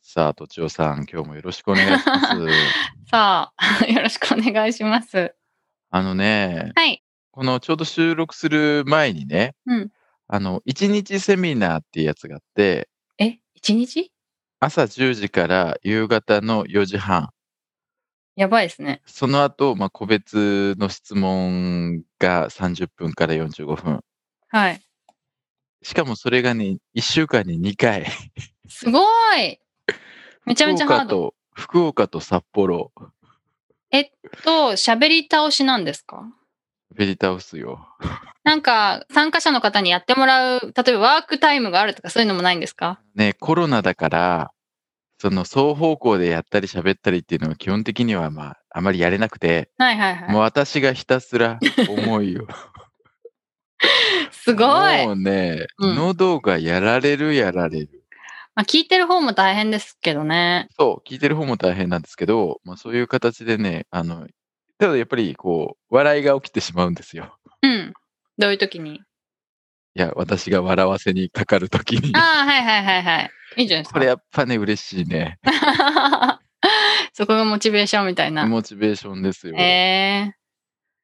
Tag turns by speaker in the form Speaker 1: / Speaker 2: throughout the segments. Speaker 1: さあ、とちおさん、今日もよろしくお願いし ます。
Speaker 2: さあ よろしくお願いします
Speaker 1: あのね、
Speaker 2: はい
Speaker 1: このちょうど収録する前にね、
Speaker 2: うん
Speaker 1: あの、1日セミナーっていうやつがあって、
Speaker 2: え1日
Speaker 1: 朝10時から夕方の4時半、
Speaker 2: やばいですね
Speaker 1: その後、まあ、個別の質問が30分から45分。
Speaker 2: はい
Speaker 1: しかもそれがね、1週間に2回。
Speaker 2: すごいめちゃめちゃハード
Speaker 1: 福岡と、福岡と札幌、
Speaker 2: と喋り倒しなんですか
Speaker 1: ベリ倒すよ。
Speaker 2: なんか参加者の方にやってもらう例えばワークタイムがあるとかそういうのもないんですか
Speaker 1: ね、コロナだから、その双方向でやったり喋ったりっていうのは基本的にはまあ、あまりやれなくて、
Speaker 2: はいはい
Speaker 1: もう
Speaker 2: は
Speaker 1: 私がひたすら思いを。
Speaker 2: い すごい、
Speaker 1: もうね、
Speaker 2: うん
Speaker 1: 喉がやられるやられる。
Speaker 2: まあ、聞いてる方も大変ですけどね
Speaker 1: そう、聞いてる方も大変なんですけど、まあそういう形でね、あの、ただやっぱりこう、笑いが起きてしまうんですよ。
Speaker 2: うんどういう時に
Speaker 1: いや、私が笑わせにかかるときに。
Speaker 2: ああはいはいはいはいいいんじゃないです
Speaker 1: こ
Speaker 2: か
Speaker 1: れやっぱね、嬉しいね。
Speaker 2: そこがモチベーションみたいな。
Speaker 1: モチベーションですよ。
Speaker 2: え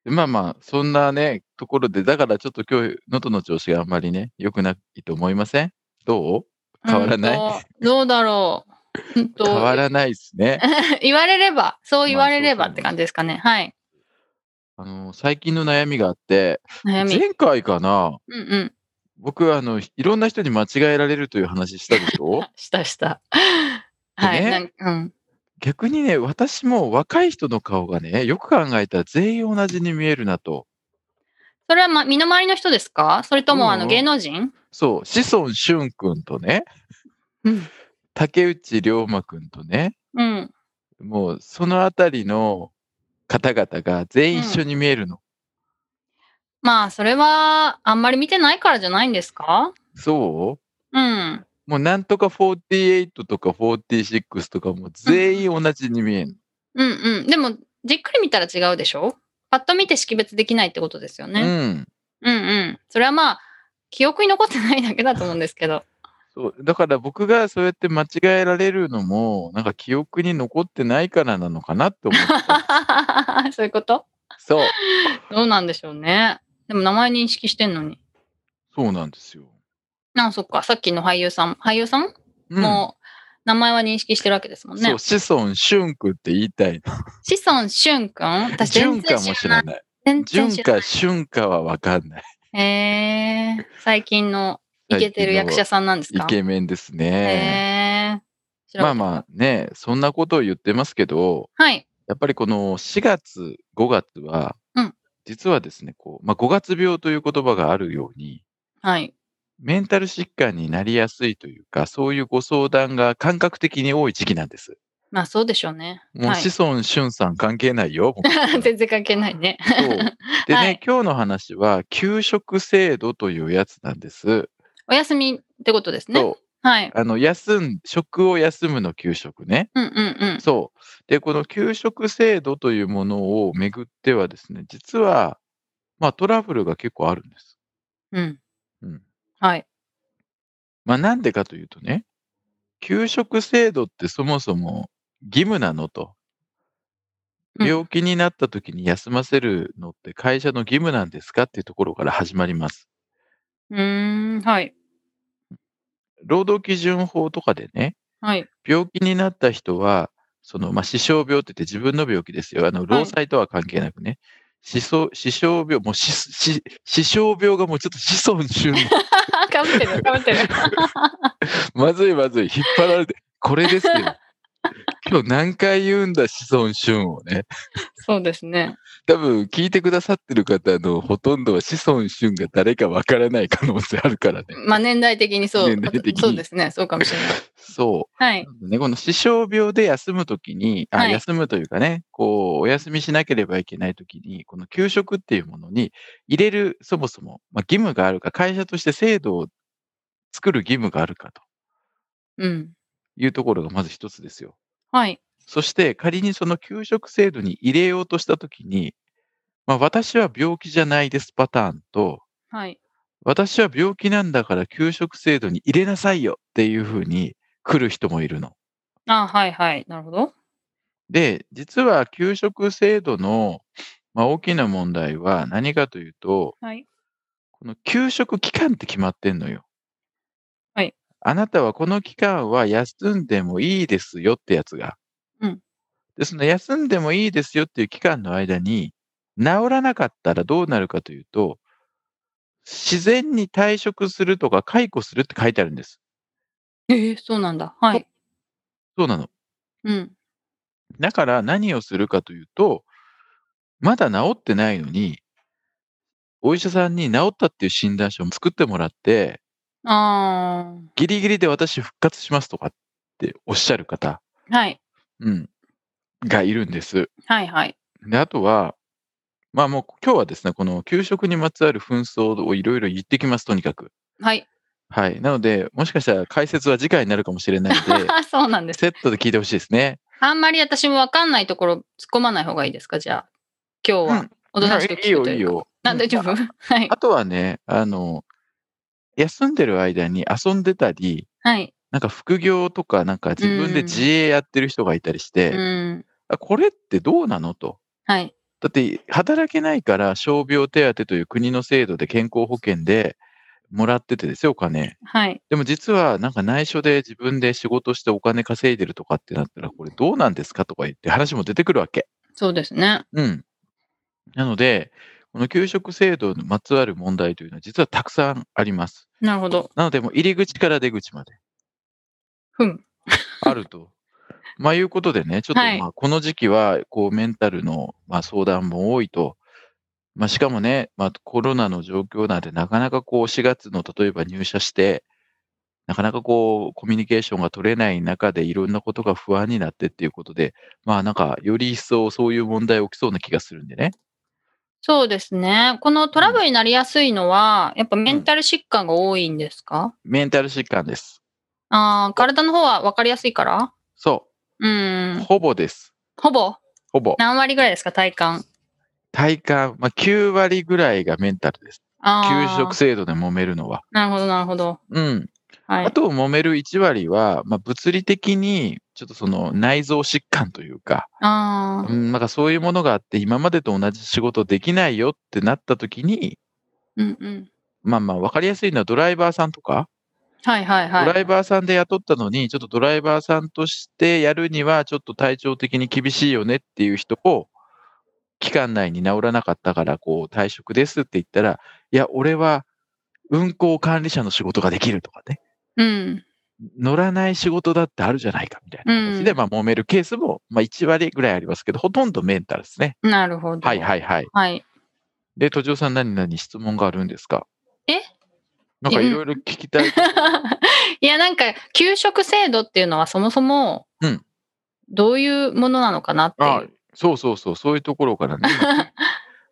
Speaker 1: でまあまあ、そんなね、ところで、だからちょっと今日、喉の調子があんまりね、良くないと思いませんど
Speaker 2: ー、
Speaker 1: 変わらない
Speaker 2: うんとどうだろう。うん
Speaker 1: う
Speaker 2: と
Speaker 1: 変わらないですね。
Speaker 2: 言われれば、そう言われれば
Speaker 1: まあそうそう
Speaker 2: って感じですかね。はい。
Speaker 1: あの、最近の悩みがあって、
Speaker 2: 悩み。
Speaker 1: 前回かな、
Speaker 2: うんうん。
Speaker 1: 僕、あの、いろんな人に間違えられるという話したでし ょ
Speaker 2: したした。はい。
Speaker 1: ね
Speaker 2: なんうん。
Speaker 1: 逆にね、私も若い人の顔がね、よく考えたら全員同じに見えるなと。
Speaker 2: それは、ま、身の回りの人ですかそれとも、あ
Speaker 1: う
Speaker 2: の、
Speaker 1: ん
Speaker 2: 芸能人
Speaker 1: そう、志尊俊君とね、
Speaker 2: うん。
Speaker 1: 竹内涼真君とね、
Speaker 2: うん。
Speaker 1: もうそのあたりの方々が全員一緒に見えるの。
Speaker 2: まあ、それは、あんまり見てないからじゃないんですか
Speaker 1: そう
Speaker 2: うん。
Speaker 1: もうなんとか48とか46とかもう全員同じに見える、
Speaker 2: うんうん。でも、じっくり見たら違うでしょパッと見て識別できないってことですよ
Speaker 1: う
Speaker 2: ね。
Speaker 1: ん。
Speaker 2: うんうん。それはまあ、記憶に残ってないだけだと思うんですけ ど。
Speaker 1: そう。だから僕がそうやって間違えられるのも、なんか記憶に残ってないからなのかなって思って た。
Speaker 2: そういうこと
Speaker 1: そう。
Speaker 2: どうなんでしょうね。でも名前認識してんのに。
Speaker 1: そうなんですよ。
Speaker 2: あ、そっか。さっきの俳優さん、俳優さん、
Speaker 1: うん、
Speaker 2: もう名前は認識してるわけですもん
Speaker 1: そ
Speaker 2: ね
Speaker 1: う、。子孫俊君って言いたい。
Speaker 2: 志尊俊君私全
Speaker 1: 淳
Speaker 2: 然
Speaker 1: か
Speaker 2: 知
Speaker 1: もし
Speaker 2: らな
Speaker 1: れ
Speaker 2: い。
Speaker 1: ない。
Speaker 2: 全然
Speaker 1: 淳
Speaker 2: 知ら
Speaker 1: か俊かはわかんな
Speaker 2: な
Speaker 1: い。
Speaker 2: い。へえ。最近のイケてる役者さんなんです
Speaker 1: イ
Speaker 2: か
Speaker 1: ケメンですね。
Speaker 2: へえ。知ら
Speaker 1: ま
Speaker 2: な
Speaker 1: あ
Speaker 2: かった
Speaker 1: まあね、そんなことを言ってますけど、
Speaker 2: はい。
Speaker 1: やっぱりこの4月、5月は、
Speaker 2: うん
Speaker 1: 実はですね、こう、まあ、5月病という言葉があるように、
Speaker 2: はい。
Speaker 1: メンタル疾患になりやすいというか、そういうご相談が感覚的に多い時期なんです。
Speaker 2: まあそうでしょうね。
Speaker 1: もう
Speaker 2: は
Speaker 1: 子孫俊さん関係ないよ。もう
Speaker 2: い、 全然関係ないね。
Speaker 1: そう でね、
Speaker 2: はい
Speaker 1: 今日の話は、給食制度というやつなんです。
Speaker 2: お休みってことですね。
Speaker 1: そう。
Speaker 2: はい。
Speaker 1: あの、休ん、食を休むの給食ね。
Speaker 2: うんうんうん。
Speaker 1: そう。で、この給食制度というものをめぐってはですね、実は、まあトラブルが結構あるんです。
Speaker 2: うん。
Speaker 1: うん。
Speaker 2: はい。
Speaker 1: まあなんでかというとね、給食制度ってそもそも義務なのと。
Speaker 2: うん
Speaker 1: 病気になった時に休ませるのって会社の義務なんですかっていうところから始まります。
Speaker 2: うーん。はい。
Speaker 1: 労働基準法とかでね、
Speaker 2: はい。
Speaker 1: 病気になった人は、その、まあ、死傷病って言って自分の病気ですよ。あの、労災とは関係なくね。死傷、死傷病、もう死、死、死傷病がもうちょっと子孫旬。
Speaker 2: かぶって る、かぶってる。
Speaker 1: まずいまずい、引っ張られて、これですよ。今日何回言うんだ、子孫春をね。
Speaker 3: そうですね。
Speaker 1: 多分聞いてくださってる方のほとんどは子孫春が誰かわからない可能性あるからね。
Speaker 3: まあ年代的にそう。
Speaker 1: 年代的に
Speaker 3: そうですね。そうかもしれない。
Speaker 1: そう。
Speaker 3: はい。
Speaker 1: ね、この死傷病で休むときに、あ、
Speaker 3: はい
Speaker 1: 休むというかね、こう、お休みしなければいけないときに、この給食っていうものに入れる、そもそも、まあ、義務があるか、会社として制度を作る義務があるかと
Speaker 3: うん。
Speaker 1: いうところがまず一つですよ。
Speaker 3: はい。
Speaker 1: そして、仮にその給食制度に入れようとしたときに、まあ、私は病気じゃないですパターンと、
Speaker 3: はい。
Speaker 1: 私は病気なんだから給食制度に入れなさいよっていうふうに来る人もいるの。
Speaker 3: あはいはい。なるほど。
Speaker 1: で、実は給食制度の、まあ、大きな問題は何かというと、
Speaker 3: はい。
Speaker 1: この給食期間って決まってんのよ。
Speaker 3: はい。
Speaker 1: あなたはこの期間は休んでもいいですよってやつが。
Speaker 3: うん。
Speaker 1: で、その休んでもいいですよっていう期間の間に、治らなかったらどうなるかというと、自然に退職するとか解雇するって書いてあるんです。
Speaker 3: ええそうなんだ。はい。
Speaker 1: そうなの。
Speaker 3: うん。
Speaker 1: だから何をするかというと、まだ治ってないのに、お医者さんに治ったっていう診断書を作ってもらって、
Speaker 3: あ
Speaker 1: ギリギリで私復活しますとかっておっしゃる方、
Speaker 3: あ。はい。
Speaker 1: うん、がいるんです。
Speaker 3: はいはい。
Speaker 1: で、あとは、まあもう今日はですね、この給食にまつわる紛争をいろいろ言ってきます、とにかく。
Speaker 3: はい。
Speaker 1: はい。なので、もしかしたら解説は次回になるかもしれないので、
Speaker 3: そうなん です。
Speaker 1: セットで聞いてほしいですね。
Speaker 3: あんまり私もわかんないところ突っ込まない方がいいですかじゃあ。今日
Speaker 1: う
Speaker 3: は
Speaker 1: ん。
Speaker 3: おとなしく
Speaker 1: いい
Speaker 3: 聞く
Speaker 1: よ、
Speaker 3: と
Speaker 1: いい
Speaker 3: いうか。
Speaker 1: よ。
Speaker 3: な大丈夫はい
Speaker 1: あ。とはね、あの、休んでる間に遊んでたり、
Speaker 3: はい。
Speaker 1: なんか副業とか、なんか自分で自営やってる人がいたりして、
Speaker 3: うん。
Speaker 1: あこれってどうなのと。
Speaker 3: はい。
Speaker 1: だって、働けないから、傷病手当という国の制度で健康保険でもらっててですよ、お金。
Speaker 3: はい。
Speaker 1: でも実は、なんか内緒で自分で仕事してお金稼いでるとかってなったら、これどうなんですかとか言って話も出てくるわけ。
Speaker 3: そうですね。
Speaker 1: うん。なので、この給食制度にまつわる問題というのは、実はたくさんあります。
Speaker 3: なるほど。
Speaker 1: なので、もう入り口から出口まで
Speaker 3: ふん。
Speaker 1: あると。まあいうことで ね、ちょっと
Speaker 3: はい
Speaker 1: まあこの時期はこうメンタルのまあ相談も多いと、まあ、しかもね、まあ、コロナの状況なんで、なかなかこう4月の例えば入社して、なかなかこうコミュニケーションが取れない中でいろんなことが不安になってっていうことで、まあなんかより一層そういう問題起きそうな気がするんでね。
Speaker 3: そうですね。このトラブルになりやすいのは、やっぱメンタル疾患が多いんですか、
Speaker 1: メンタル疾患です。
Speaker 3: ああ、体の方は分かりやすいから
Speaker 1: そうう、
Speaker 3: ん。
Speaker 1: ほぼです。
Speaker 3: ほぼ
Speaker 1: ほぼ。
Speaker 3: 何割ぐらいですか体感。
Speaker 1: 体感、まあ9割ぐらいがメンタルです。給
Speaker 3: ああ。
Speaker 1: 食制度で揉めるのは。
Speaker 3: なるほど、なるほど。
Speaker 1: うん。
Speaker 3: は
Speaker 1: あ
Speaker 3: い。
Speaker 1: と揉める1割は、まあ、物理的にちょっとその内臓疾患というか、
Speaker 3: あ
Speaker 1: う
Speaker 3: あ。
Speaker 1: ん、なんかそういうものがあって今までと同じ仕事できないよってなった時に、
Speaker 3: うんうん。
Speaker 1: まあまあ分かりやすいのはドライバーさんとか、
Speaker 3: はいはい
Speaker 1: ドラ
Speaker 3: はい。
Speaker 1: イバーさんで雇ったのに、ちょっとドライバーさんとしてやるにはちょっと体調的に厳しいよねっていう人を、期間内に治らなかったから、こう退職ですって言ったら、いや、俺は運行管理者の仕事ができるとかね。
Speaker 3: うん。
Speaker 1: 乗らない仕事だってあるじゃないかみたいな形で、
Speaker 3: うん
Speaker 1: まあ揉めるケースも、まあ、1割ぐらいありますけど、ほとんどメンタルですね。
Speaker 3: なるほど。
Speaker 1: はいはいはい。
Speaker 3: はい。
Speaker 1: で、途上さん何々質問があるんですか
Speaker 3: え
Speaker 1: なんかいろいろ聞きたい。
Speaker 3: いや、なんか、給食制度っていうのはそもそも
Speaker 1: うん、
Speaker 3: どういうものなのかなっていう。
Speaker 1: あそうそうそう、そういうところからね。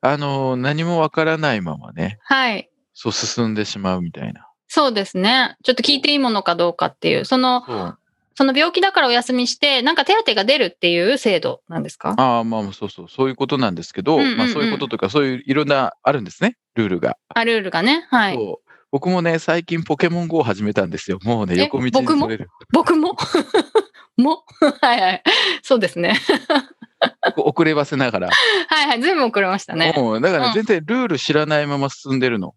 Speaker 1: 今あのー、何もわからないままね、
Speaker 3: はい。
Speaker 1: そう進んでしまうみたいな。
Speaker 3: そうですね。ちょっと聞いていいものかどうかっていう。その、
Speaker 1: そう
Speaker 3: その病気だからお休みして、なんか手当が出るっていう制度なんですか
Speaker 1: ああ、まあそうそう、そういうことなんですけど、
Speaker 3: うんうんうん
Speaker 1: まあそういうこととか、そういういろんなあるんですね、ルールが。
Speaker 3: あ、ルールがね。はい。
Speaker 1: そう僕もね、最近ポケモン GO を始めたんですよ。もうね、
Speaker 3: え
Speaker 1: 横道に
Speaker 3: 僕も
Speaker 1: それる。
Speaker 3: 僕も もはいはい。そうですね。
Speaker 1: 遅ればせながら。
Speaker 3: はいはい。ずいぶん遅れました ね。
Speaker 1: うん、だから
Speaker 3: うん
Speaker 1: ね全然ルール知らないまま進んでるの。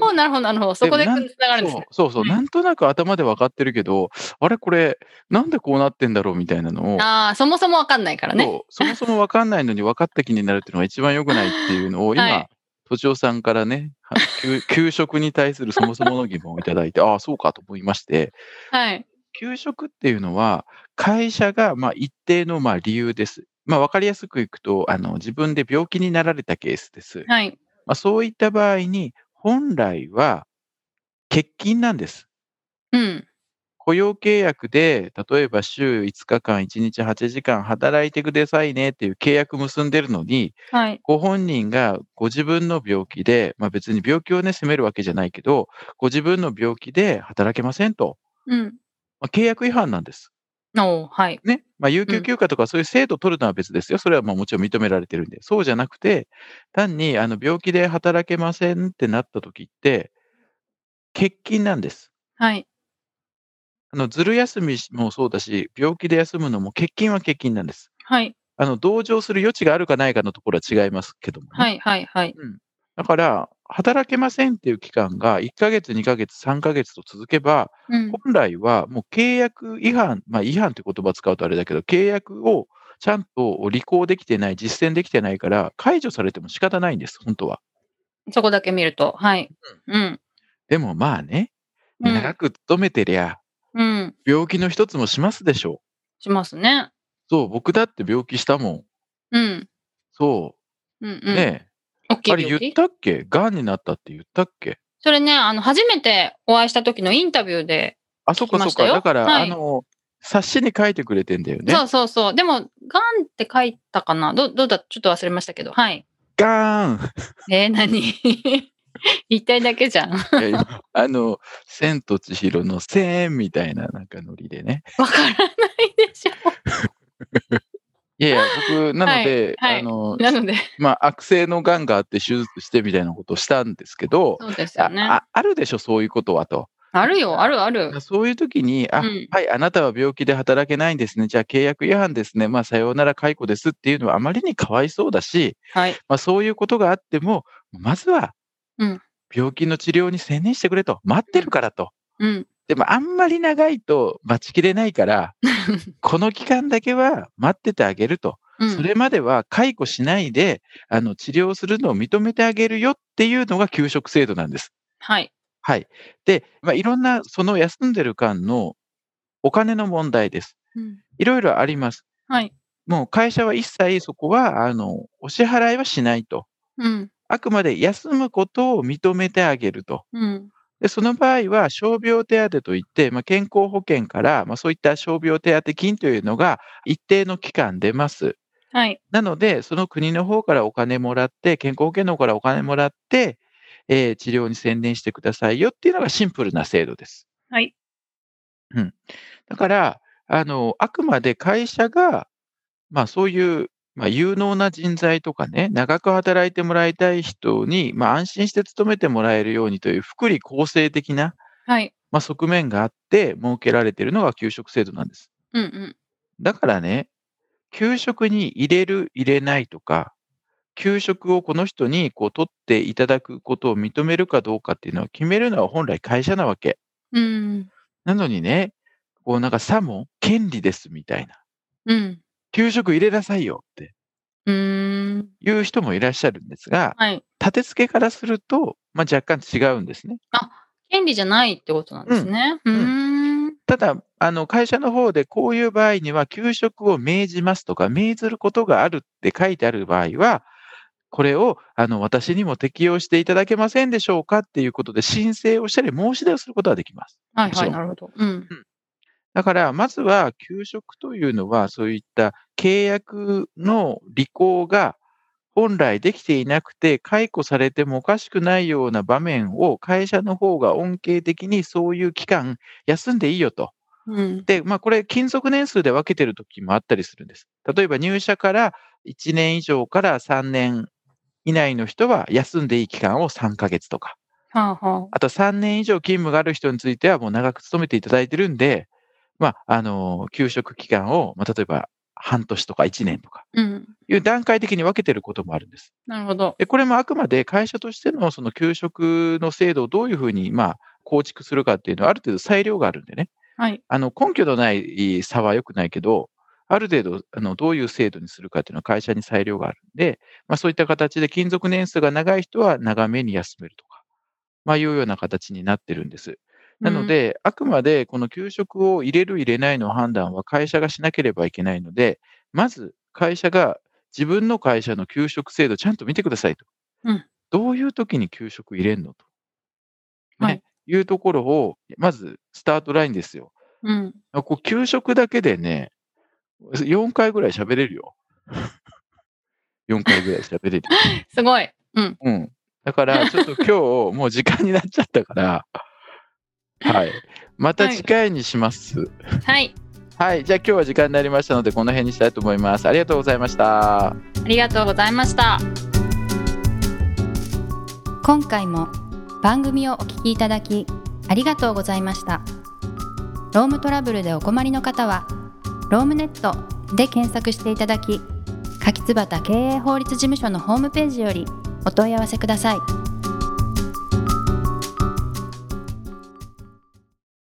Speaker 3: おおなるほど、なるほど。そこで
Speaker 1: でも
Speaker 3: 繋
Speaker 1: なん
Speaker 3: がるんです
Speaker 1: そう
Speaker 3: ね。
Speaker 1: そうそう、なんとなく頭で分かってるけど、あれこれ、なんでこうなってんだろうみたいなのを、
Speaker 3: ああ、そもそもわかんないからね。
Speaker 1: そうそもそも分かんないのに分かった気になるっていうのが一番良くないっていうのを、
Speaker 3: は
Speaker 1: 今
Speaker 3: い、
Speaker 1: とちおさんからね、は 給給食に対するそもそもの疑問をいただいて、ああ、そうかと思いまして、
Speaker 3: はい。
Speaker 1: 休職っていうのは、会社がまあ一定のまあ理由です。まあ、わかりやすくいくとあの、自分で病気になられたケースです。
Speaker 3: はい。
Speaker 1: まあ、そういった場合に、本来は欠勤なんです。
Speaker 3: うん。
Speaker 1: 雇用契約で、例えば週5日間、1日8時間働いてくださいねっていう契約結んでるのに、
Speaker 3: はい。
Speaker 1: ご本人がご自分の病気で、まあ、別に病気をね、責めるわけじゃないけど、ご自分の病気で働けませんと。
Speaker 3: うん。
Speaker 1: まあ、契約違反なんです。
Speaker 3: おーはい。
Speaker 1: ね、まあ、有給休暇とかそういう制度を取るのは別ですよ。それはまあもちろん認められてるんで。そうじゃなくて、単にあの病気で働けませんってなった時って、欠勤なんです。
Speaker 3: はい。
Speaker 1: あの、ずる休みもそうだし、病気で休むのも欠勤は欠勤なんです。
Speaker 3: はい。
Speaker 1: あの、同情する余地があるかないかのところは違いますけどもね、
Speaker 3: はい。はい。はい。
Speaker 1: だから、働けませんっていう期間が1ヶ月、2ヶ月、3ヶ月と続けば、
Speaker 3: うん。
Speaker 1: 本来はもう契約違反、まあ、違反って言葉使うとあれだけど、契約をちゃんと履行できてない、実践できてないから、解除されても仕方ないんです、本当は。
Speaker 3: そこだけ見ると。はい。うん。
Speaker 1: でもまあね、
Speaker 3: うん
Speaker 1: 長く勤めてりゃ、
Speaker 3: うん。
Speaker 1: 病気の一つもしますでしょ
Speaker 3: しますね。
Speaker 1: う。そう、僕だって病気したもん。
Speaker 3: うん。
Speaker 1: そ
Speaker 3: うん。う
Speaker 1: う、
Speaker 3: ん。
Speaker 1: ね
Speaker 3: 大きい
Speaker 1: え。あれ
Speaker 3: 病
Speaker 1: 言っ
Speaker 3: 気
Speaker 1: たっけがんになったって言ったっけ
Speaker 3: それね、あの、初めてお会いした時のインタビューで、
Speaker 1: あ、そっかそ
Speaker 3: 聞きま
Speaker 1: っ
Speaker 3: した
Speaker 1: か。
Speaker 3: よ
Speaker 1: だから、
Speaker 3: はい
Speaker 1: あの、冊子に書いてくれてんだよね
Speaker 3: そ。うそうそう。でも、がんって書いたかなどどうだちょっと忘れましたけど。はい。
Speaker 1: ガーン
Speaker 3: えー、何 一体だけじゃん。わ
Speaker 1: いや 今あの、千と千尋の千みたいななんかノリでね。
Speaker 3: からないでしょ。
Speaker 1: いやいや、僕、なので、
Speaker 3: はい
Speaker 1: あの、
Speaker 3: なので、
Speaker 1: まあ、悪性の癌があって手術してみたいなことをしたんですけど、
Speaker 3: そうです
Speaker 1: あ
Speaker 3: よね。
Speaker 1: ああるでしょ、そういうことはと。
Speaker 3: あるよ、あるある。
Speaker 1: そういう時に、あ、
Speaker 3: うん
Speaker 1: はい、あなたは病気で働けないんですね、じゃあ契約違反ですね、まあ、さようなら解雇ですっていうのはあまりにかわいそうだし、
Speaker 3: はい。
Speaker 1: まあ、そういうことがあっても、まずは
Speaker 3: うん、
Speaker 1: 病気の治療に専念してくれと、待ってるからと。
Speaker 3: うん。
Speaker 1: でも、あんまり長いと待ちきれないから、この期間だけは待っててあげると。
Speaker 3: うん
Speaker 1: それまでは解雇しないで、あの、治療するのを認めてあげるよっていうのが給食制度なんです。
Speaker 3: はい。
Speaker 1: はい。で、まあ、いろんな、その休んでる間のお金の問題です。
Speaker 3: うん
Speaker 1: いろいろあります。
Speaker 3: はい。
Speaker 1: もう会社は一切そこは、あの、お支払いはしないと。
Speaker 3: うん。
Speaker 1: あくまで休むことを認めてあげると。
Speaker 3: うん。
Speaker 1: で、その場合は、傷病手当といって、まあ、健康保険から、まあ、そういった傷病手当金というのが一定の期間出ます。
Speaker 3: はい。
Speaker 1: なので、その国の方からお金もらって、健康保険の方からお金もらって、えー治療に専念してくださいよっていうのがシンプルな制度です。
Speaker 3: はい。
Speaker 1: だから、あの、あくまで会社が、まあそういう、まあ有能な人材とかね、長く働いてもらいたい人に、まあ安心して勤めてもらえるようにという福利厚生的な、
Speaker 3: はい。
Speaker 1: まあ側面があって設けられているのが給食制度なんです。
Speaker 3: うんうん。
Speaker 1: だからね、給食に入れる、入れないとか、給食をこの人にこう取っていただくことを認めるかどうかっていうのは決めるのは本来会社なわけ。
Speaker 3: うん。
Speaker 1: なのにね、こうなんかさも権利ですみたいな。
Speaker 3: うん。
Speaker 1: 給食入れなさいよって
Speaker 3: うーん。
Speaker 1: いう人もいらっしゃるんですが、
Speaker 3: はい。
Speaker 1: 立て付けからすると、まあ、若干違うんですね。
Speaker 3: 権利じゃないってことなんですね。うーん。
Speaker 1: ただ、あの会社の方でこういう場合には、給食を命じますとか、命ずることがあるって書いてある場合は、これをあの私にも適用していただけませんでしょうかっていうことで申請をしたり、申し出をすることはできます。
Speaker 3: はい
Speaker 1: もち
Speaker 3: は
Speaker 1: ろ
Speaker 3: い。
Speaker 1: ん
Speaker 3: なるほど。うん。
Speaker 1: だから、まずは給食というのは、そういった契約の履行が本来できていなくて、解雇されてもおかしくないような場面を、会社の方が恩恵的にそういう期間、休んでいいよと。
Speaker 3: うん。
Speaker 1: で、まあ、これ、勤続年数で分けてる時もあったりするんです。例えば、入社から1年以上から3年以内の人は、休んでいい期間を3ヶ月とか、
Speaker 3: はあはあ。
Speaker 1: あと3年以上勤務がある人については、もう長く勤めていただいてるんで、まあ、あの休職期間を、まあ、例えば半年とか1年とか
Speaker 3: うん。
Speaker 1: いう段階的に分けてることもあるんです。
Speaker 3: なるほど。
Speaker 1: でこれもあくまで会社としてのその給食の制度をどういうふうにまあ構築するかっていうのはある程度裁量があるんでね、
Speaker 3: はい
Speaker 1: あの根拠のない差は良くないけど、ある程度あのどういう制度にするかっていうのは会社に裁量があるんで、まあ、そういった形で勤続年数が長い人は長めに休めるとか、まあ、いうような形になってるんです。なので、あくまでこの給食を入れる入れないの判断は会社がしなければいけないので、まず会社が自分の会社の給食制度ちゃんと見てくださいと。
Speaker 3: うん
Speaker 1: どういう時に給食入れんのと。ね
Speaker 3: はい
Speaker 1: い、うところを、まずスタートラインですよ。
Speaker 3: うん。
Speaker 1: こう給食だけでね、4回ぐらい喋れる よ。4回ぐらい喋れる。
Speaker 3: すごい。うん。
Speaker 1: うん。だから、ちょっと 今日、もう時間になっちゃったから、はい。また次回にします。はい、
Speaker 3: はい。
Speaker 1: じゃあ今日は時間になりましたので、この辺にしたいと思います。ありがとうございました。
Speaker 3: ありがとうございました。
Speaker 2: 今回も番組をお聞きいただきありがとうございましたロームトラブルでお困りの方はロームネットで検索していただき柿椿経営法律事務所のホームページよりお問い合わせください